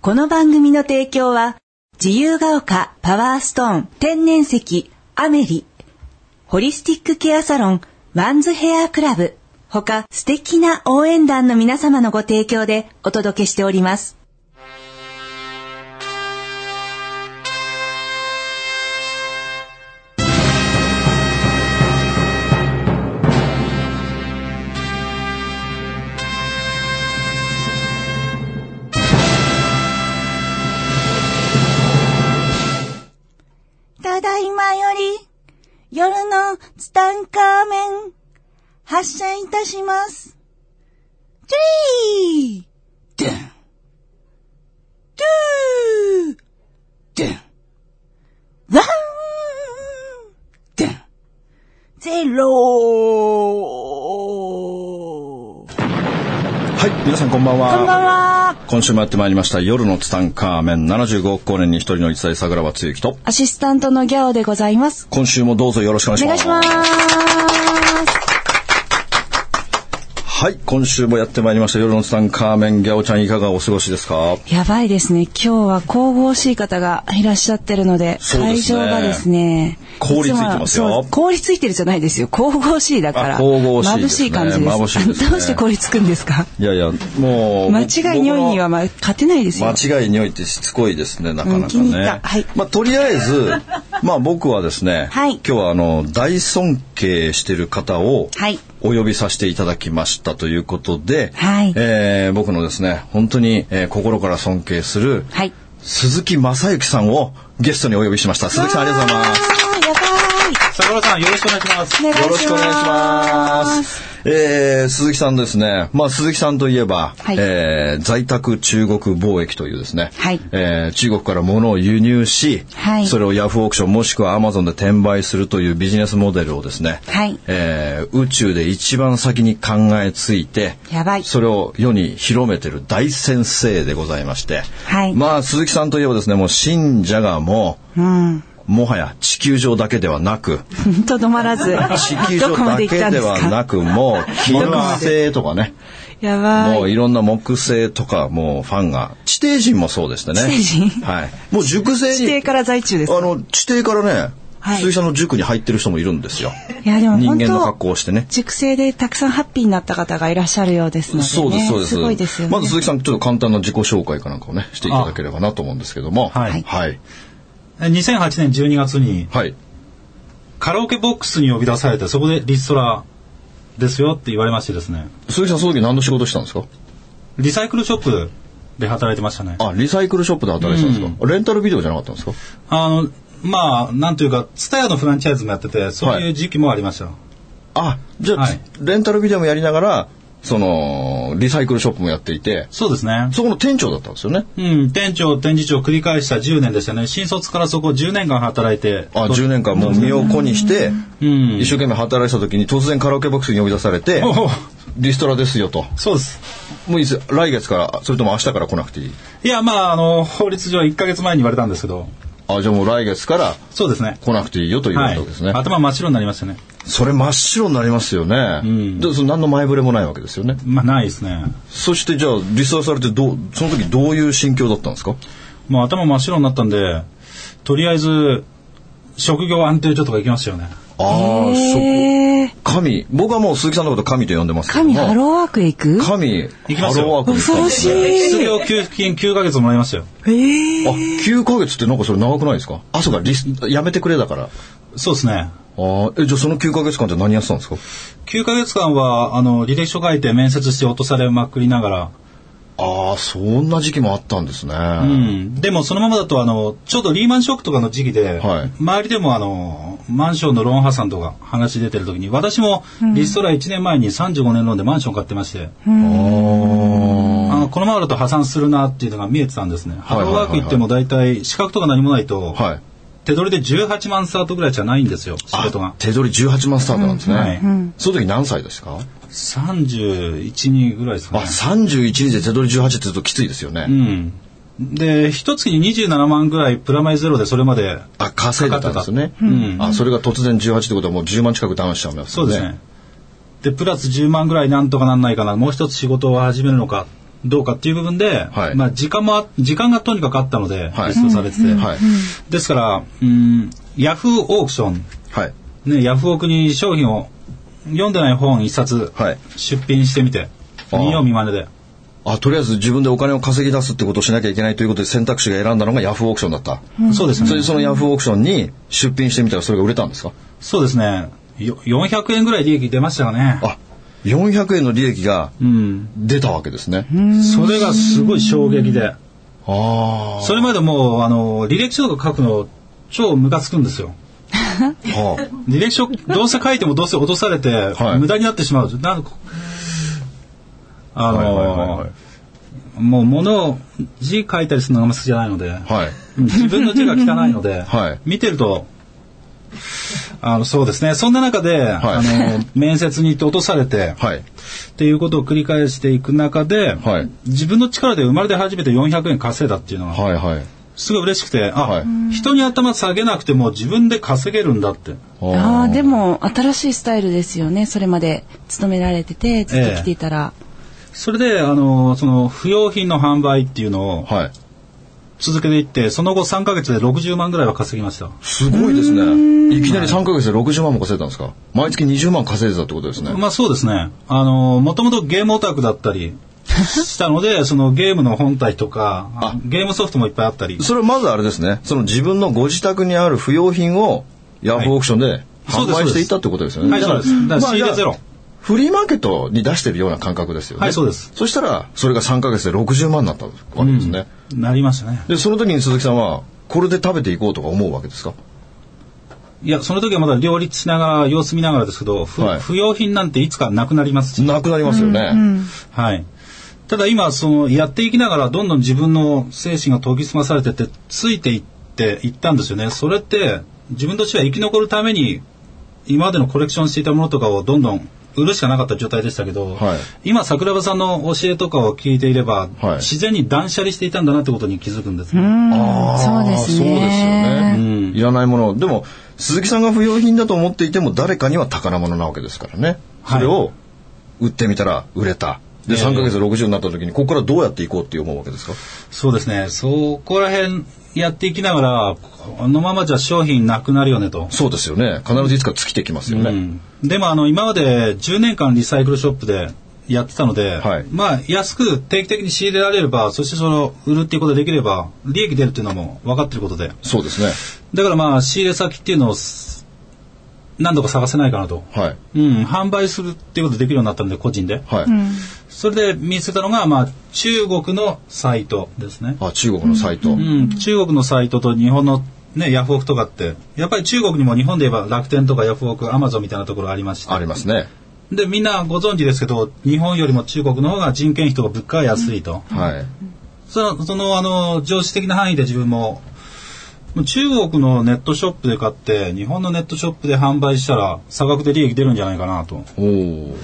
この番組の提供は、自由が丘パワーストーン天然石アメリ、ホリスティックケアサロンワンズヘアクラブ、ほか素敵な応援団の皆様のご提供でお届けしております。ただいまより、夜のツタンカーメン、発射いたします。トゥリードゥン、トゥードゥン、ワンドゥン。ゼローはい、皆さんこんばんは。こんばんは今週もやってまいりました、夜のツタンカーメン75億光年に一人の一代桜庭つゆきと、アシスタントのギャオでございます。今週もどうぞよろしくお願いおし願まいす。します。はい、今週もやってまいりました、夜のツタンカーメン、ギャオちゃんいかがお過ごしですかやばいですね。今日は神々しい方がいらっしゃってるので、そうで会すね場がですね。凍りついてますよ実はそう凍りついてるじゃないですよ。神々しいだから。あ神々しいです眩しねい感じです。眩しいですねどうして凍りつくんですかいやいや、もう。間違い匂いには、僕のまあ、勝てないですよ。間違い匂いってしつこいですね、なかなかね。うん気に入ったはいまあ、とりあえ ず、まあ僕はですね、はい今日はあの、大尊敬してる方を、はいお呼びさせていただきましたということで、はいえー僕のですね、本当に、えー心から尊敬する、はい。鈴木正幸さんをゲストにお呼びしました。鈴木さんありがとうございます。桜さんよろしくお願いします。やばい。よろしくお願いします。えー、鈴木さんですね。まあ、鈴木さんといえば、はいえー在宅中国貿易というですね、はいえー中国から物を輸入し、はいそれをヤフーオークションもしくはアマゾンで転売するというビジネスモデルをですね、はいえー宇宙で一番先に考えついて、やばいそれを世に広めてる大先生でございまして、はいまあ、鈴木さんといえばですね、もう信者がもう、うん。もはや地球上だけではなく、とどまらず。地球ど上こまだでけ行ったんでですはかなく、もう金星とかね、やばもうい。いろんな木星とか、もうファンが、地底人もそうでしたね。地底人はい。もう熟成に。地底から在中ですかあの、地底からね、はい鈴木さんの塾に入ってる人もいるんですよ。いや、でも人本間の格当、好をしてね。熟成でたくさんハッピーになった方がいらっしゃるようですので、ね。そうです、そうです。すごいですよね。まず鈴木さん、ちょっと簡単な自己紹介かなんかをね、していただければなと思うんですけども。あはいはい。 2008年12月にはい。カラオケボックスに呼び出されてそこでリストラですよって言われましてですね鈴木さん、その時何の仕事したんですかリサイクルショップで働いてましたねああ、リサイクルショップで働いてたんですか、レンタルビデオじゃなかったんですかのまあなんというかツタヤのフランチャイズもやっててそういう時期もありました、あ、じゃあ、はいレンタルビデオもやりながら、その、リサイクルショップもやっていて、そうですねそこの店長だったんですよね。うん店長展示長を繰り返した10年でしたね新卒からそこ10年間働いてあ、10年間もう身を粉にして、うん一生懸命働いてた時に突然カラオケボックスに呼び出されておお、リストラですよと。そうですもういつ、来月から、それとも明日から来なくていい。いやまああの法律上1か月前に言われたんですけどあ、じゃあもう来月からそうですね来なくていいよと言われたわけですね。はい、頭真っ白になりましたねそれ真っ白になりますよね。んで、その何の前触れもないわけですよね。まあないですねそしてじゃあ、リストラされてどう、その時どういう心境だったんですかもう頭真っ白になったんで、とりあえず、職業安定所とか行きますよね。ああ、そこ。えー、神僕はもう鈴木さんのこと神と呼んでますけども神ハローワークへ行く神きハますよローワークですか恐ろしい。失業給付金9ヶ月もらいましたよ。えあー、 9ヶ月ってなんかそれ長くないですかあそうかリスやめてくれだからあそうですね。ーえじゃあその9ヶ月間って何やってたんですか9ヶ月間は、あの、履歴書書いて面接して落とされまくりながら、ああそんな時期もあったんですね、うん。でもそのままだと、あの、ちょうどリーマンショックとかの時期で、はい周りでもあの、マンションのローン破産とか話出てる時に、私もリストラ1年前に35年ローンでマンション買ってまして、あのこのままだと破産するなっていうのが見えてたんですね。ハいはいローはいはいワーク行っても大体資格とか何もないと、はい手取りで18万スタートぐらいじゃないんですよ、仕あ事が。手取り18万スタートなんですね、うんはいうんその時何歳ですか、 31、2ぐらいですあかね。 31日で手取り18って言うときついですよね、うん。で、一月に27万ぐらいプラマイゼロでそれまで、あ稼いでたんですよね、うんあそれが突然18ってことはもう10万近くダウンしちゃいますそようですね。で、プラス10万ぐらいなんとかなんないかな、もう一つ仕事を始めるのかっどうかっていう部分で、はいまあ時間もあ時間がとにかくあったので、はいリストされてて、はい。ですから、うん、ヤフーオークション、はい。ね、ヤフオクに商品を読んでない本一冊はい出品してみて、あー見よう見まねで。あ、とりあえず自分でお金を稼ぎ出すってことをしなきゃいけないということで選択肢が選んだのがヤフーオークションだった。そうですそれねで。そのヤフーオークションに出品してみたらそれが売れたんですかそうですね。よ400円ぐらい利益出ましたかね。あ、400円の利益がうん。出たわけですね。それがすごい衝撃で。あそれまでもう、あの、履歴書とか書くの、超ムカつくんですよ。あ。は 履歴書、どうせ書いてもどうせ落とされて、はい無駄になってしまう。なんかああ。 の、はいはいはいもう物を字書いたりするのがあんま好きじゃないので、はい。はい。自分の字が汚いので、 はい見てると、あの、そうですね。そんな中で、あの、面接に行って落とされて、はい。っていうことを繰り返していく中で、はい自分の力で生まれて初めて400円稼いだっていうのは、はいはい。すごい嬉しくて、あ、はい人に頭下げなくても自分で稼げるんだって。ああーでも新しいスタイルですよねそれまで勤められててずっと来ていたら、それで、あの、その、不用品の販売っていうのをはい。続けていって、その後3ヶ月で60万ぐらいは稼ぎました。すごいですね。いきなり3ヶ月で60万も稼いだんですか毎月20万稼いでたってことですね。まあそうですね。あの、もともとゲームオタクだったりしたの で、そのゲームの本体とか、ゲームソフトもいっぱいあったり。それまずあれですね。その自分のご自宅にある不要品をヤフーオークションでそ販うです売していったってことですよね。はい、だそからうです。だから仕入れゼ。まロあ。フリーマーケットに出してるような感覚ですよね。はいそうです。そしたら、それが3ヶ月で60万になったわけですね。なりましたね。で、その時に鈴木さんは、これで食べていこうとか思うわけですかいや、その時はまだ両立しながら、様子見ながらですけど、ふはい不要品なんていつかなくなりますし。なくなりますよね。はい。ただ今、その、やっていきながら、どんどん自分の精神が研ぎ澄まされてって、ついていって、いったんですよね。それって、自分としては生き残るために、今までのコレクションしていたものとかをどんどん売るしかなかった状態でしたけど、はい今、桜庭さんの教えとかを聞いていれば、はい自然に断捨離していたんだなってことに気づくんですね、あーそうですねそうですよね、うんいらないもの。でも、鈴木さんが不要品だと思っていても、誰かには宝物なわけですからね。はそいれを売ってみたら売れた。で、ええ3ヶ月で60になった時に、ここからどうやっていこうって思うわけですかそうですね。そこら辺やっていきながら、このままじゃ商品なくなるよねと。そうですよね。必ずいつか尽きてきますよね。うんでもあの今まで10年間リサイクルショップでやってたので、はいまあ安く定期的に仕入れられればそしてその売るっていうことができれば利益出るっていうのも分かってることでそうですね。だからまあ仕入れ先っていうのをす何度か探せないかなと、はい。うん、販売するっていうことできるようになったので個人ではい。それで見つけたのがまあ中国のサイトですね、あ、中国のサイト。うん、中国のサイトと日本のね、ヤフオクとかって、やっぱり中国にも日本で言えば楽天とかヤフオク、アマゾンみたいなところありまして、ありますね。でみんなご存知ですけど日本よりも中国の方が人件費とか物価が安いと、はい。そのそのあの常識的な範囲で自分ももう中国のネットショップで買って日本のネットショップで販売したら差額で利益出るんじゃないかなとおお。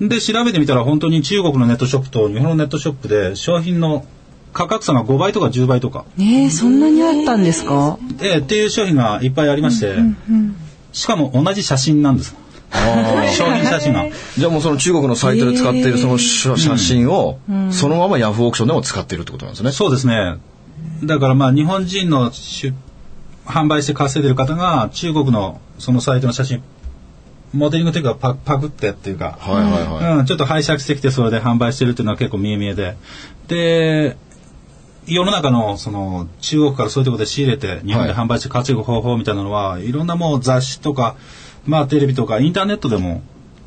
で調べてみたら本当に中国のネットショップと日本のネットショップで商品の価格差が5倍とか10倍とか、ねえそんなにあったんですか、えーっていう商品がいっぱいありまして、しかも同じ写真なんですああ。商品写真が。じゃあもうその中国のサイトで使っているその写写真を、そのままヤフーオークションでも使っているってことなんですね。そうですね。だからまあ日本人の出販売して稼いでる方が中国のそのサイトの写真モデリングというかパパクってっていうか、はいはいはい。うん、ちょっと拝借してきてそれで販売してるっていうのは結構見え見えでで世の中のその中国からそういうところで仕入れて日本ではい販売して稼ぐ方法みたいなのは、い、ろんなもう雑誌とか、まあ、テレビとかインターネットでも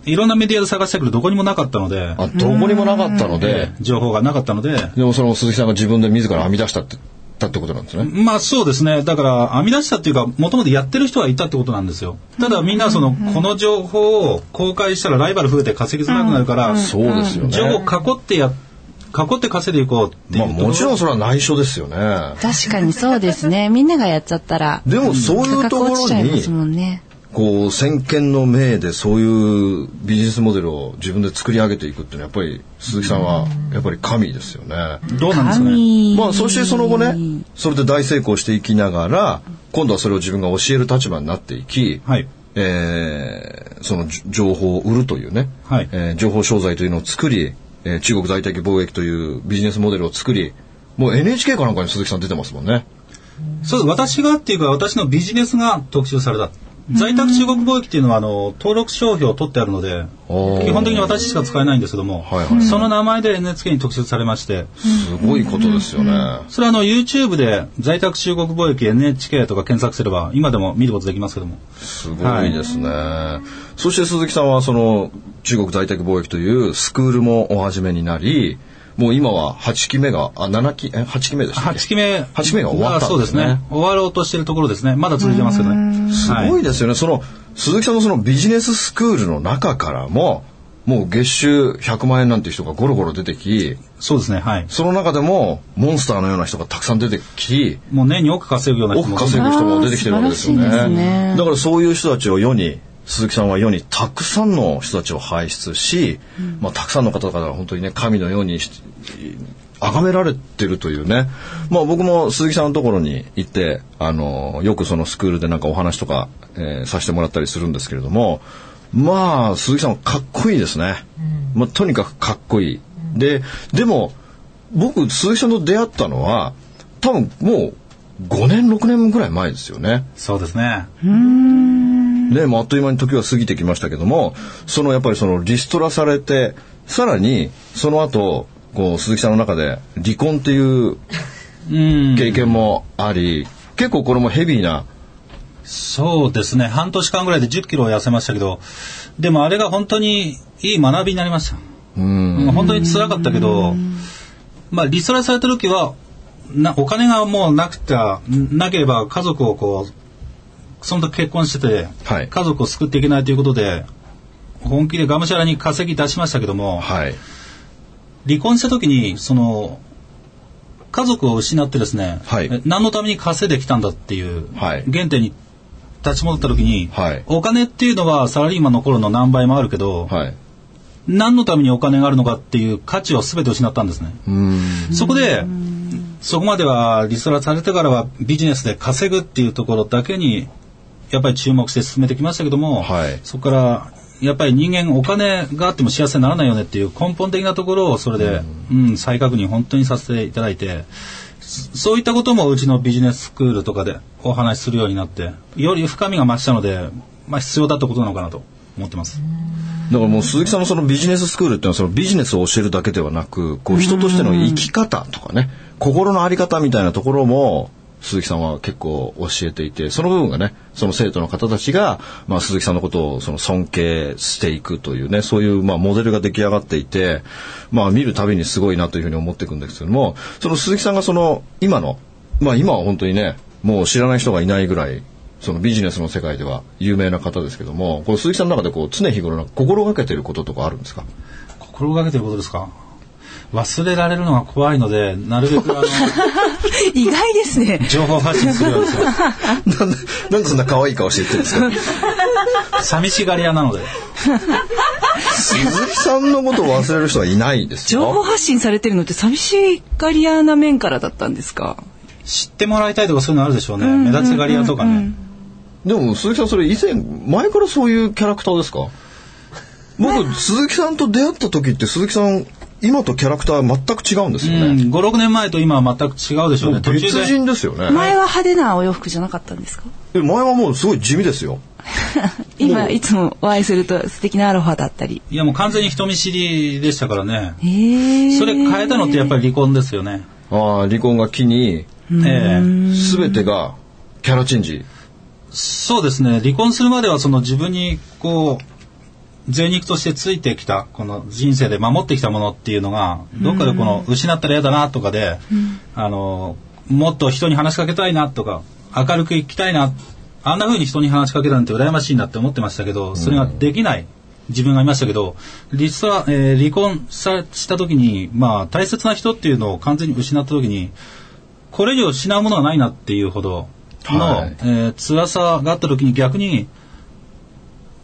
いろんなメディアで探したけどどこにもなかったのであ、どこにもなかったので、情報がなかったのででもその鈴木さんが自分で自ら編み出したって、たってことなんですね。まあそうですね。だから編み出したっていうか、もともとやってる人はいたってことなんですよ。ただみんなその、この情報を公開したらライバル増えて稼ぎづらくなるから、そうですよね。情報を囲ってや、囲って稼いでいこうっていまうあところもちろんそれは内緒ですよね。確かにそうです ねみんながやっちゃったらでもそういう価と格こ落ちちろゃいまにす、もんねこう、先見の明でそういうビジネスモデルを自分で作り上げていくっていうのはやっぱり鈴木さんはやっぱり神ですよね。どうなんですかね。神まあそしてその後ね、それで大成功していきながら、今度はそれを自分が教える立場になっていき、はい。えーそのじ情報を売るというね、はいえー情報商材というのを作り、えー中国在宅貿易というビジネスモデルを作り、もう NHK かなんかに鈴木さん出てますもんね。そう私がっていうか私のビジネスが特集された在宅中国貿易っていうのはあの登録商標を取ってあるのでおー基本的に私しか使えないんですけども、はいはいその名前で NHK に特集されましてすごいことですよね。それはあの YouTube で在宅中国貿易 NHK とか検索すれば今でも見ることできますけどもすごいですね。そして鈴木さんはその中国在宅貿易というスクールもお始めになり、もう今は8期目が、あ、7期、え、8期目でしたっけ8期目8期目が終わったんですねあそうですね終わろうとしてるところですねまだ続いてますけどねすはごいですよね。その、鈴木さんのそのビジネススクールの中からも、もう月収100万円なんて人がゴロゴロ出てき、そうですねはいその中でもモンスターのような人がたくさん出てき、もう年に億稼ぐような人億も稼ぐ人も出てきてるわけですよねあー素晴らしいですねだからそういう人たちを世に鈴木さんは世にたくさんの人たちを輩出し、まあ、たくさんの方々が本当にね神のようにし崇められてるというね、まあ、僕も鈴木さんのところに行ってあのよくそのスクールでなんかお話とか、えーさせてもらったりするんですけれどもまあ鈴木さんはかっこいいですね、まあ、とにかくかっこいい、ででも僕鈴木さんと出会ったのは多分もう5年6年ぐらい前ですよねそうですねねもうあっという間に時は過ぎてきましたけどもそのやっぱりそのリストラされてさらにその後こう鈴木さんの中で離婚っていううん経験もあり、結構これもヘビーなそうですね半年間ぐらいで1 0キロ痩せましたけどでもあれが本当にいい学びになりましたうんうん本当に辛かったけど、まあ、リストラされた時はなお金がもうなくてはなければ家族をこうその時結婚してて、はい家族を救っていけないということで本気でがむしゃらに稼ぎ出しましたけども、はい離婚した時にその家族を失ってですね、はいえ何のために稼いできたんだっていうはい原点に立ち戻った時に、はいお金っていうのはサラリーマンの頃の何倍もあるけど、はい何のためにお金があるのかっていう価値を全て失ったんですね。うんそこで、そこまではリストラされてからはビジネスで稼ぐっていうところだけに、やっぱり注目して進めてきましたけども、はいそこから、やっぱり人間お金があっても幸せにならないよねっていう根本的なところをそれで、うん、再確認本当にさせていただいて、そそういったこともうちのビジネススクールとかでお話しするようになって、より深みが増したので、まあ必要だってことなのかなと思ってます。だからもう鈴木さんのそのビジネススクールっていうのはそのビジネスを教えるだけではなくこう人としての生き方とかね心の在り方みたいなところも鈴木さんは結構教えていてその部分がねその生徒の方たちが、まあ、鈴木さんのことをその尊敬していくというねそういうまあモデルが出来上がっていて、まあ、見るたびにすごいなというふうに思っていくんですけどもその鈴木さんがその今の、まあ、今は本当にねもう知らない人がいないぐらいそのビジネスの世界では有名な方ですけども、この鈴木さんの中でこう常日頃の心がけてることとかあるんですか。心がけてることですか忘れられるのが怖いので、なるべ くあの、意外ですね。情報発信するようにしてま なんで、なんでそんな可愛い顔して言ってるんですか。す。寂しがり屋なので。 鈴木さんのことを忘れる人はいないです情報よ。発信されてるのって寂しがり屋な面からだったんですか知ってもらいたいとかそういうのあるでしょうね。目立ちがり屋とかね。でも鈴木さんそれ以前、前からそういうキャラクターですか。僕、鈴木さんと出会った時って鈴木さん、今とキャラクター全く違うんですうよん、ね。 5、6年前と今は全く違うでしょうもうね。途中別で。人ですよね。前は派手なお洋服じゃなかったんですかえ前はもうすごい地味ですよ。今いつもお会いすると素敵なアロハだったり。いやもう完全に人見知りでしたからね。えー、それ変えたのってやっぱり離婚ですよね。ああ、離婚が機に、ええすべてがキャラチェンジ。そうですね。離婚するまではその自分にこう、贅肉としてついてきた、この人生で守ってきたものっていうのが、どっかでこの失ったら嫌だなとかで、あの、もっと人に話しかけたいなとか、明るく生きたいな、あんな風に人に話しかけるなんて羨ましいなって思ってましたけど、それができない自分がいましたけど、リストラ、えー離婚さした時に、まあ大切な人っていうのを完全に失った時に、これ以上失うものはないなっていうほどの、はいえー辛さがあった時に逆に、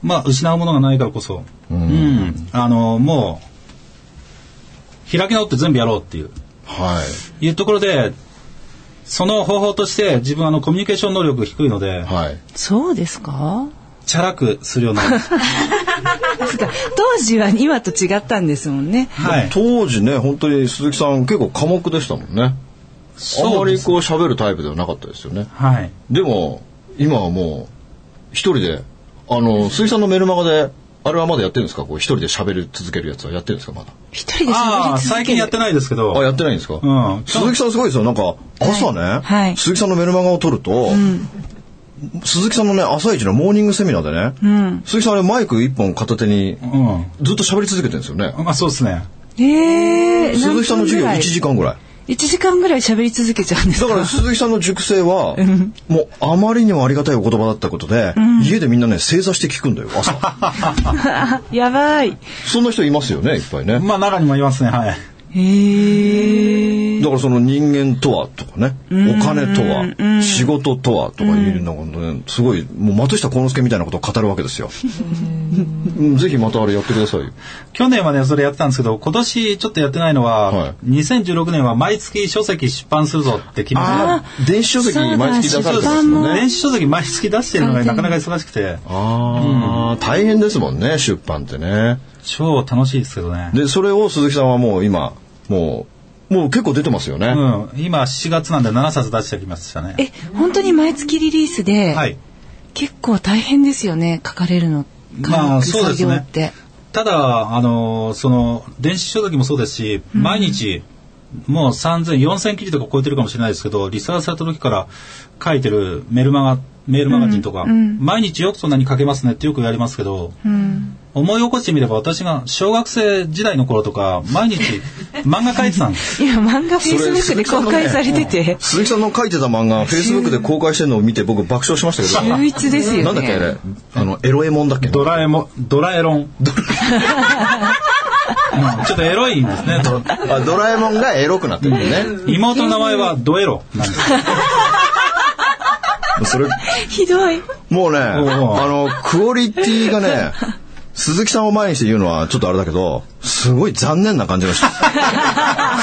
まあ、失うものがないからこそ、うん、あの、もう、開き直って全部やろうっていう、はい。いうところで、その方法として自分あのコミュニケーション能力低いので、はい。そうですかチャラくす るようになりました。当時は今と違ったんですもんね。はい。当時ね本当に鈴木さん結構寡黙でしたもんねあんまりこう喋るタイプではなかったですよねはい。でも今はもう一人であの鈴木さんのメルマガであれはまだやってるんですかこう一人で喋り続けるやつはやってるんですかまだ一人であ喋あ、り続最け近やっる。てないですけど。あやってないんですか、うん鈴木さんすごいですよなんか朝ね、はい鈴木さんのメルマガを撮ると、鈴木さんのね朝一のモーニングセミナーでね、鈴木さんあれマイク一本片手にうずっと喋り続けてるんですよね、ん。まあそうですね。ええー、鈴木さんの授業1 1時間ぐらい時間ぐらい喋り続けちゃうんですだかから鈴木さんの塾生はもうあまりにもありがたいお言葉だったことで、家でみんなね正座して聞くんだよ朝 やばい。そんな人いますよねいっぱいねまあ中にもいますね。はい。へえ。だからその人間とはとかね、お金とは、仕事とはとかいうのがね、すごい、もう松下幸之助みたいなことを語るわけですよ。うんぜひまたあれやってくださいよ。去年までそれやってたんですけど、今年ちょっとやってないのは、はい2016年は毎月書籍出版するぞって決めてああ、電子書籍毎月出されてますそうもんだね。電子書籍毎月出してるのがなかなか忙しくて、ああ、大変ですもんね、出版ってね。超楽しいですけどね。で、それを鈴木さんはもう今、もう、もう結構出てますよね。うん。今7月なんで7冊出してきましたね。え、本当に毎月リリースで、はい。結構大変ですよね、書かれるの。まあ書くそうですね作業って。ただ、あのーその、電子書籍もそうですし、毎日、もう3000、4000記事とか超えてるかもしれないですけど、リサーチされた時から書いてるメルマガ、メールマガジンとか、毎日よくそんなに書けますねってよく言われますけど、思い起こしてみれば私が小学生時代の頃とか、毎 日漫画書いてたんです。いや、漫画フェイスブック鈴で木さん公のね開されてて、 鈴木さんの書いてた漫 画、Facebook で公開してるのを見て僕爆笑しましたけ ど。秀逸ですよね。 なんだっけあれあの、エロエモンだっけドラえも、ドラえろん。 うんちょっとエロいんですね。ドあドラえもんがエロくなってるのね。妹の名前はドエロなんです。それ、ひどい。もうね、あおうおうの、クオリティがね、鈴木さんを前にして言うのはちょっとあれだけど、すごい残念な感じが した。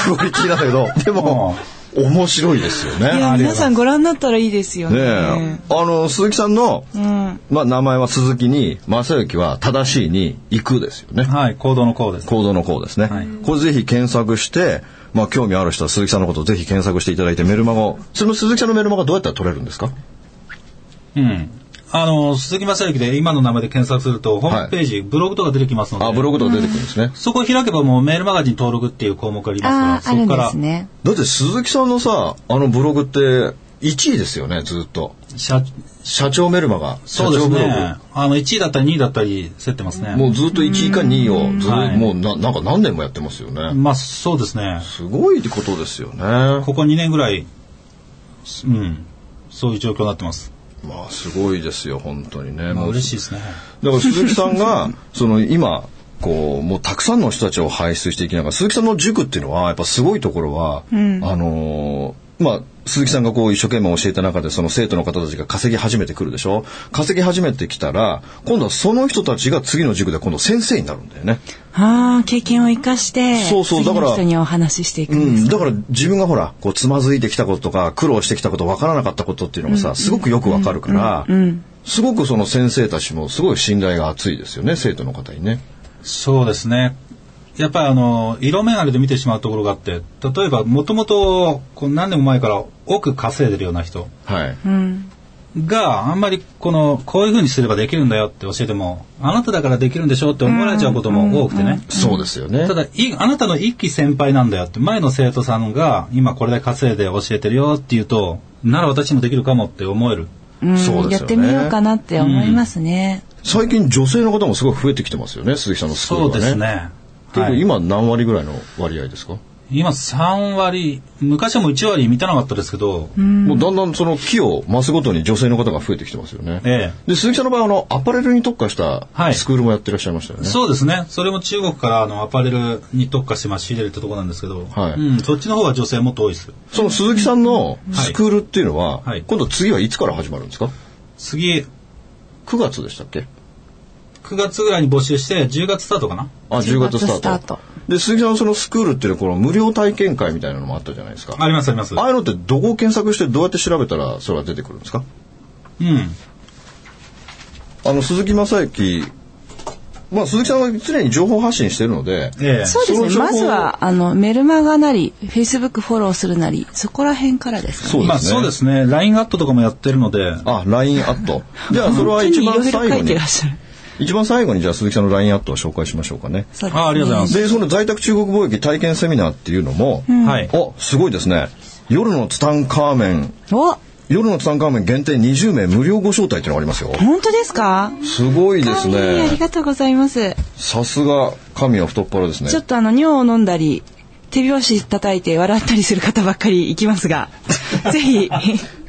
クオリティなんだけど、でも、面白いですよね。いねや、皆さんご覧になったらいいですよえね。あの、鈴木さんの、うん。まあ、名前は鈴木に、正幸は正しいに行くですよね。はい、行動のこうです。行動のこうですね。はいこれぜひ検索して、まあ、興味ある人は鈴木さんのことをぜひ検索していただいて、メルマガを、その鈴木さんのメルマガどうやったら取れるんですかうん。あの、鈴木正幸で今の名前で検索すると、ホームページ、ブログとか出てきますので、あ、ブログとか出てくるんですね。そこを開けばもうメールマガジン登録っていう項目がありまあすあ、かあるら、そんこかでらすね。だって鈴木さんのさ、あのブログって1位ですよね、ずっと。社、社長メルマガ。社そうで長すブログ。ね。あの、1位だったり2位だったり、競ってますね。もうずっと1位か2位をずっと、はいもうななんか何年もやってますよね。まあ、そうですね。すごいことですよね。まここ2年ぐらい、うん、そういう状況になってます。あすごいですよ、本当にね。まあ、もう嬉しいですね。だから鈴木さんが、その今、こう、もうたくさんの人たちを輩出していきながら、鈴木さんの塾っていうのは、やっぱすごいところは、あのーまあ、鈴木さんがこう一生懸命教えた中でその生徒の方たちが稼ぎ始めてくるでしょ稼ぎ始めてきたら今度はその人たちが次の塾で今度先生になるんだよね、ああ、経験を生かして、そうそうだ次からの人にお話ししていくうんですん、ね。だから自分がほらこうつまずいてきたこととか苦労してきたこと分からなかったことっていうのがさすごくよくわかるからすごくその先生たちもすごい信頼が厚いですよね生徒の方にね。そうですね。やっぱりあの、色眼鏡で見てしまうところがあって、例えば、もともと、こう何年も前から奥稼いでるような人。はい、があんまりこのこういうふうにすればできるんだよって教えてもあなただからできるんでしょうって思われちゃうことも多くてね、そうですよね。ただいあなたの一期先輩なんだよって前の生徒さんが今これで稼いで教えてるよって言うとなら私もできるかもって思えるうんそうですやっよねてみようかなって思いますね。最近女性の方もすごい増えてきてますよね、鈴木さんのスクールはそうね。です。ねはい、今何割ぐらいの割合ですか、今3割昔はもう1割満たなかったですけど、もうだんだんその木を増すごとに女性の方が増えてきてますよね。えで鈴木さんの場合あのアパレルに特化したはいスクールもやってらっしゃいましたよえね。そうですねそれも中国からあのアパレルに特化してまあ仕入れるってとこなんですけど、はいうん、そっちの方は女性もっと多いですその鈴木さんのスクールっていうのは、はい今度次はいつから始まるんですか次 ?9 月でしたっけ9月ぐらいに募集して10月スタートかなあ10月ス10タート月スタートで鈴木さんのそのスクールっていうのはこの無料体験会みたいなのもあったじゃないですかありますありますああいうのってどこを検索してどうやって調べたらそれは出てくるんですかうんあの鈴木正幸まあ鈴木さんは常に情報発信してるので、ええそうですね。その情報まずは、あの、メルマガなり、Facebook フォローするなり、そこら辺からですかね。そうですねまあそうですね。LINE アットとかもやってるので、あ LINE アットじゃあそれは一番本当にいろい最ろ後書いてにらっしゃる。一番最後にじゃあ鈴木さんの LINE アットを紹介しましょうかねそうですねあありがとうございます。でその在宅中国貿易体験セミナーっていうのも、はい。あすごいですね夜のツタンカーメンお夜のツタンカーメン限定20名無料ご招待っていうのがありますよ本当ですかすごいですかわいいありねがとうございます。さすが神は太っ腹ですねちょっとあの尿を飲んだり手拍子叩いて笑ったりする方ばっかり行きます がぜひ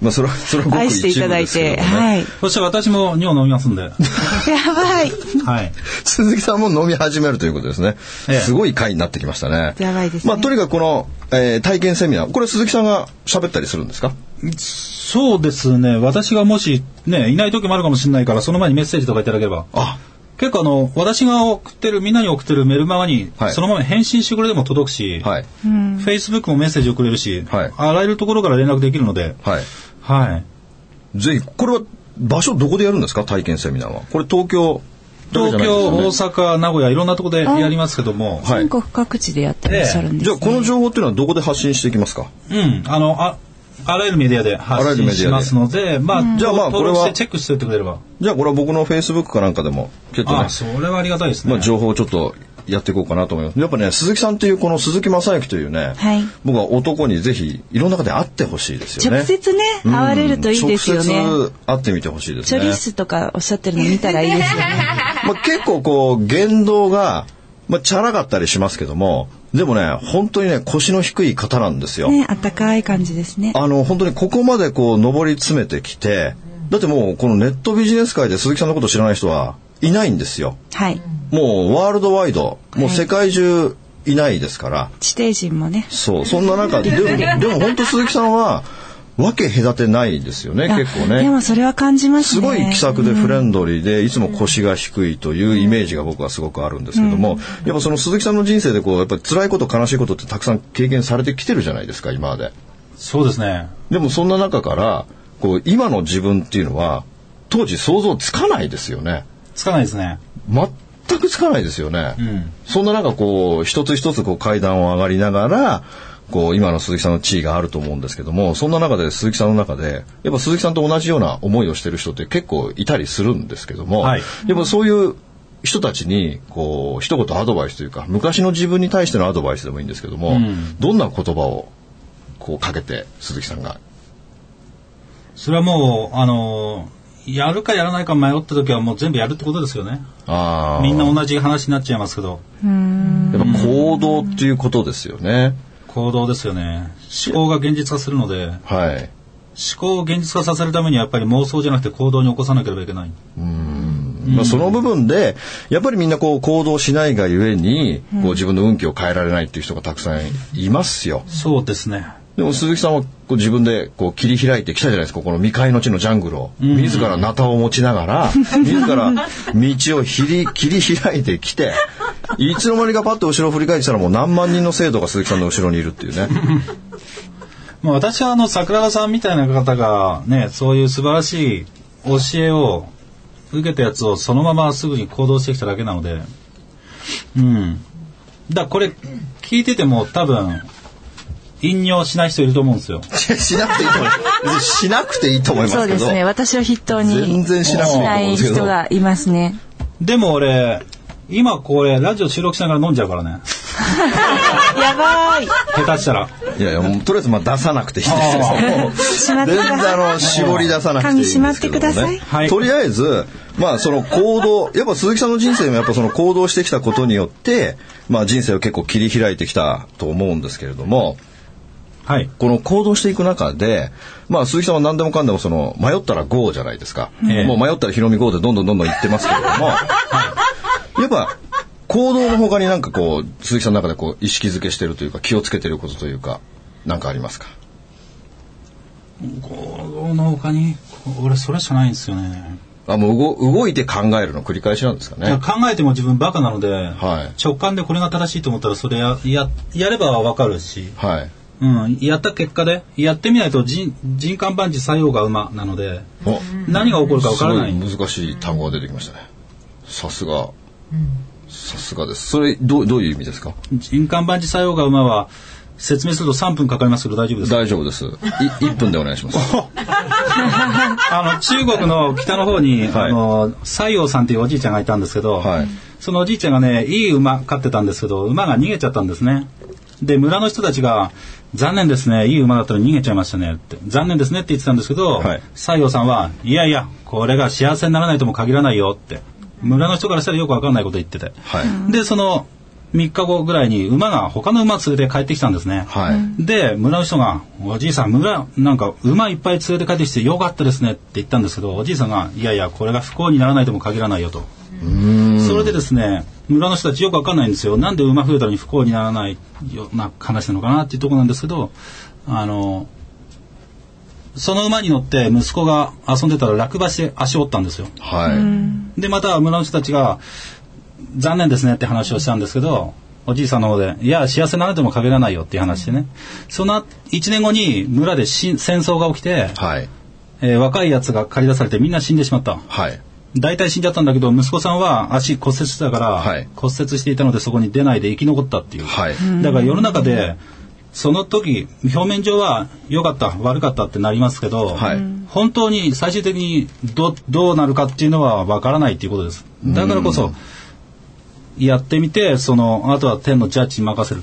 まあそれはそれはごく愛してい一た部だいですけて、どもねはいやそして私も尿飲みます んで。ばいはい。鈴木さんも飲み始めるということですね。ええすごい回になってきましたね。やばいですねまあとにかくこの、えー体験セミナー、これ鈴木さんが喋ったりするんですか。そうですね。私がもしね、いない時もあるかもしれないから、その前にメッセージとかいただければ。あ、結構あの、私が送ってる、みんなに送ってるメルマガには、いそのまま返信してくれても届くし、はい Facebook もメッセージをくれるし、はいあらゆるところから連絡できるので、はい。はい。ぜひこれは場所どこでやるんですか体験セミナーは。これ東京だけじゃな東いんです京、よね大阪、名古屋、いろんなところでやりますけども、はい全国各地でやってらっしゃるんでじす、ゃあねこの情報っていうのはどこで発信していきますか。うん、あの、あ、あらゆるメディアであら発ゆる信メディアでしますので、まあ、じゃあまあ登録こしれてはチェックしておいてくれれば。じゃあこれは僕の Facebook かなんかでも結構あねあ、、それはありがたいですね。まあ情報をちょっとやっていこうかなと思います。やっぱね鈴木さんというこの鈴木正幸というね、はい僕は男にぜひいろんな方で会ってほしいですよね。直接ね会われるといいですよね、直接会ってみてほしいですチョねリ。スとかおっしゃってるの見たらいいですよねまあ、結構こう言動が、まあ、チャラかったりしますけどもでもね本当にね腰の低い方なんですよ。ねあったかい感じですねあの本当にここまでこう上り詰めてきてだってもうこのネットビジネス界で鈴木さんのこと知らない人はいないんですよ。はいもうワールドワイドもう世界中いないですから、地底人もねそうそんな中ででも でも本当鈴木さんは分け隔てないですよねあ結構ね。でもそれは感じますねすごい気さくでフレンドリーで、いつも腰が低いというイメージが僕はすごくあるんですけども、やっぱその鈴木さんの人生でこう、やっぱり辛いこと悲しいことってたくさん経験されてきてるじゃないですか、今まで。そうですね。でもそんな中から、こう、今の自分っていうのは、当時想像つかないですよね。つかないですね。全くつかないですよね。んそんな中、こう、一つ一つこう階段を上がりながら、こう、今の鈴木さんの地位があると思うんですけども、そんな中で鈴木さんの中で、やっぱ鈴木さんと同じような思いをしてる人って結構いたりするんですけども、はいやっぱそういう人たちに、こう、一言アドバイスというか、昔の自分に対してのアドバイスでもいいんですけども、んどんな言葉を、こう、かけて、鈴木さんが。それはもう、あの、やるかやらないか迷った時はもう全部やるってことですよね。あーみんな同じ話になっちゃいますけど、やっぱ行動っていうことですよね。行動ですよね。思考が現実化するので、はい。思考を現実化させるためにはやっぱり妄想じゃなくて行動に起こさなければいけない。まあ、その部分でやっぱりみんなこう行動しないがゆえにこう自分の運気を変えられないっていう人がたくさんいますよそうですね。でも鈴木さんはこう自分でこう切り開いてきたじゃないですかこの未開の地のジャングルを自らナタを持ちなが ら自ら道をひり切り開いてきていつの間にかパッと後ろを振り返ってたらもう何万人の生徒が鈴木さんの後ろにいるっていうね まあ、私はあの桜田さんみたいな方がねそういう素晴らしい教えを受けたやつをそのまますぐに行動してきただけなのでうんだからこれ聞いてても多分引用しない人いると思うんですよしなくていいと思いますしなくていいと思いますけどそうですね私を筆頭に全然知らないとし思うなんでいすけど人がいますねでも俺今これラジオ収録しながら飲んじゃうからねやばい 下手したらいやいやもうとりあえずまあ出さなくていいですよもうしまって全ください然あの絞り出さなくていいんですけ噛み締ど、ね、まってくださいはいとりあえずまあその行動やっぱ鈴木さんの人生もやっぱその行動してきたことによってまあ人生を結構切り開いてきたと思うんですけれども はいこの行動していく中で、まあ、鈴木さんは何でもかんでもその迷ったら GO じゃないですか、ええもう迷ったらヒロミ GO でどんどんどんどん行ってますけれども、やっぱ行動の他になんかこう鈴木さんの中でこう意識づけしてるというか気をつけてることというか何かありますか行動の他に俺それしかないんですよねあもう動動いて考えるの繰り返しなんですかいやね。考えても自分バカなので、はい直感でこれが正しいと思ったらそれやややればわかるしはい。うん、やった結果で、やってみないと人、人間万事作用が馬なので、お何が起こるかわすからごないい。難しい単語が出てきましたねさすがさすがですそれどうどういう意味ですか人間万事作用が馬は、説明すると3分かかりますけど大丈夫ですか大丈夫ですい1分でお願いしますあの、中国の北の方に、はいあの、西洋さんっていうおじいちゃんがいたんですけど、はいそのおじいちゃんがね、いい馬飼ってたんですけど、馬が逃げちゃったんですね。で、村の人たちが、残念ですね、いい馬だったら逃げちゃいましたねって、残念ですねって言ってたんですけど、はい西洋さんは、いやいや、これが幸せにならないとも限らないよって、村の人からしたらよくわかんないこと言ってて。はいで、その、3日後ぐらいに馬が他の馬連れて帰ってきたんですね。はい、で村の人が「おじいさん村なんか馬いっぱい連れて帰ってきてよかったですね」って言ったんですけどおじいさんが「いやいやこれが不幸にならないとも限らないよ」と。それでですね村の人たちよくわかんないんですよなんで馬増えたのに不幸にならないような話なのかなっていうところなんですけどあのその馬に乗って息子が遊んでたら落馬して足を折ったんですよ。はいでまた村の人たちが「残念ですね」って話をしたんですけどおじいさんの方で「いや幸せならでも限らないよ」っていう話でねその1年後に村でし戦争が起きて、はいえー若いやつが駆り出されてみんな死んでしまったはい大体死んじゃったんだけど息子さんは足骨折してたから、はい骨折していたのでそこに出ないで生き残ったっていう、はいだから世の中でその時表面上は良かった悪かったってなりますけど、はい本当に最終的にどどうなるかっていうのは分からないっていうことですだからこそやってみてそのあとは天のジャッジに任せる、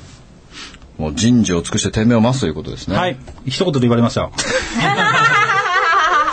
もう人事を尽くして天命を待つということですねはい一言で言われました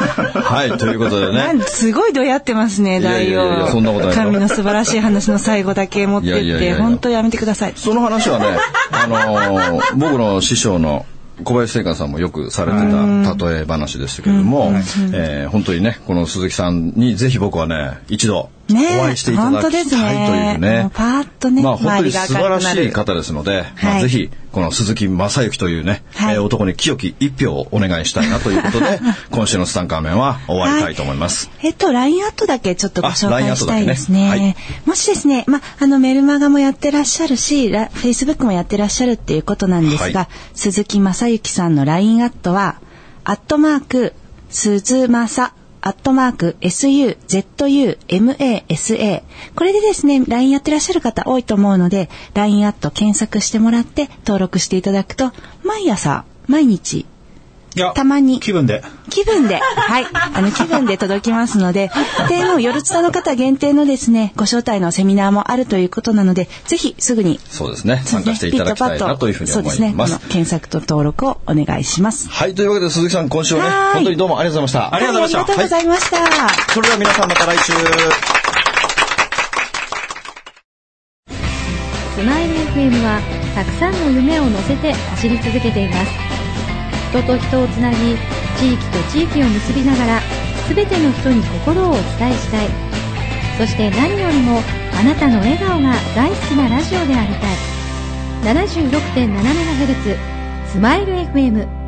はいということでねなんすごいどやってますね、いやい大やいや王。そんなことない神の素晴らしい話の最後だけ持っていやっいやいて、やいや本当やめてください。その話はね、 あのー僕の師匠の小林聖寛さんもよくされてた例え話でしたけれども、えー本当にね、この鈴木さんにぜひ僕はね、一度おねえ会いしていただきたいという本当ですねもうね。パーッとねまあ本当に素晴らし周りいが方ですので、まはあいぜひこの鈴木正幸というね、はいえー男に清き一票をお願いしたいなということ で、今週のツタンカーメンは終わりたいと思います。えっと、LINE アットだけちょっとご紹あ LINE 介アットしだたけいねですね。はいもしですね、まあ、あの、メルマガもやってらっしゃるし、ラ Facebook もやってらっしゃるっていうことなんですが、はい鈴木正幸さんの LINE アットは、アットマーク、鈴正、アットマーク、suzumasa。これでですね、LINE やってらっしゃる方多いと思うので、LINE アット検索してもらって、登録していただくと、毎朝、毎日、いやたまに気分で気分で、はい、あの気分で届きますの で、で、もう夜ツタの方限定のですね、ご招待のセミナーもあるということなので、ぜひすぐに、そうですね、参加していただきたいなというふうにそう思ですね、いこのます。検索と登録をお願いします。はい、というわけで鈴木さん、今週はねは、い本当にどうもありがとうございました。ありがとうございはありましたがとうございました。それでは皆さんまた来週。スマイル FM はたくさんの夢を乗せて走り続けています人と人をつなぎ地域と地域を結びながら全ての人に心をお伝えしたいそして何よりもあなたの笑顔が大好きなラジオでありたい 76.7MHz スマイル FM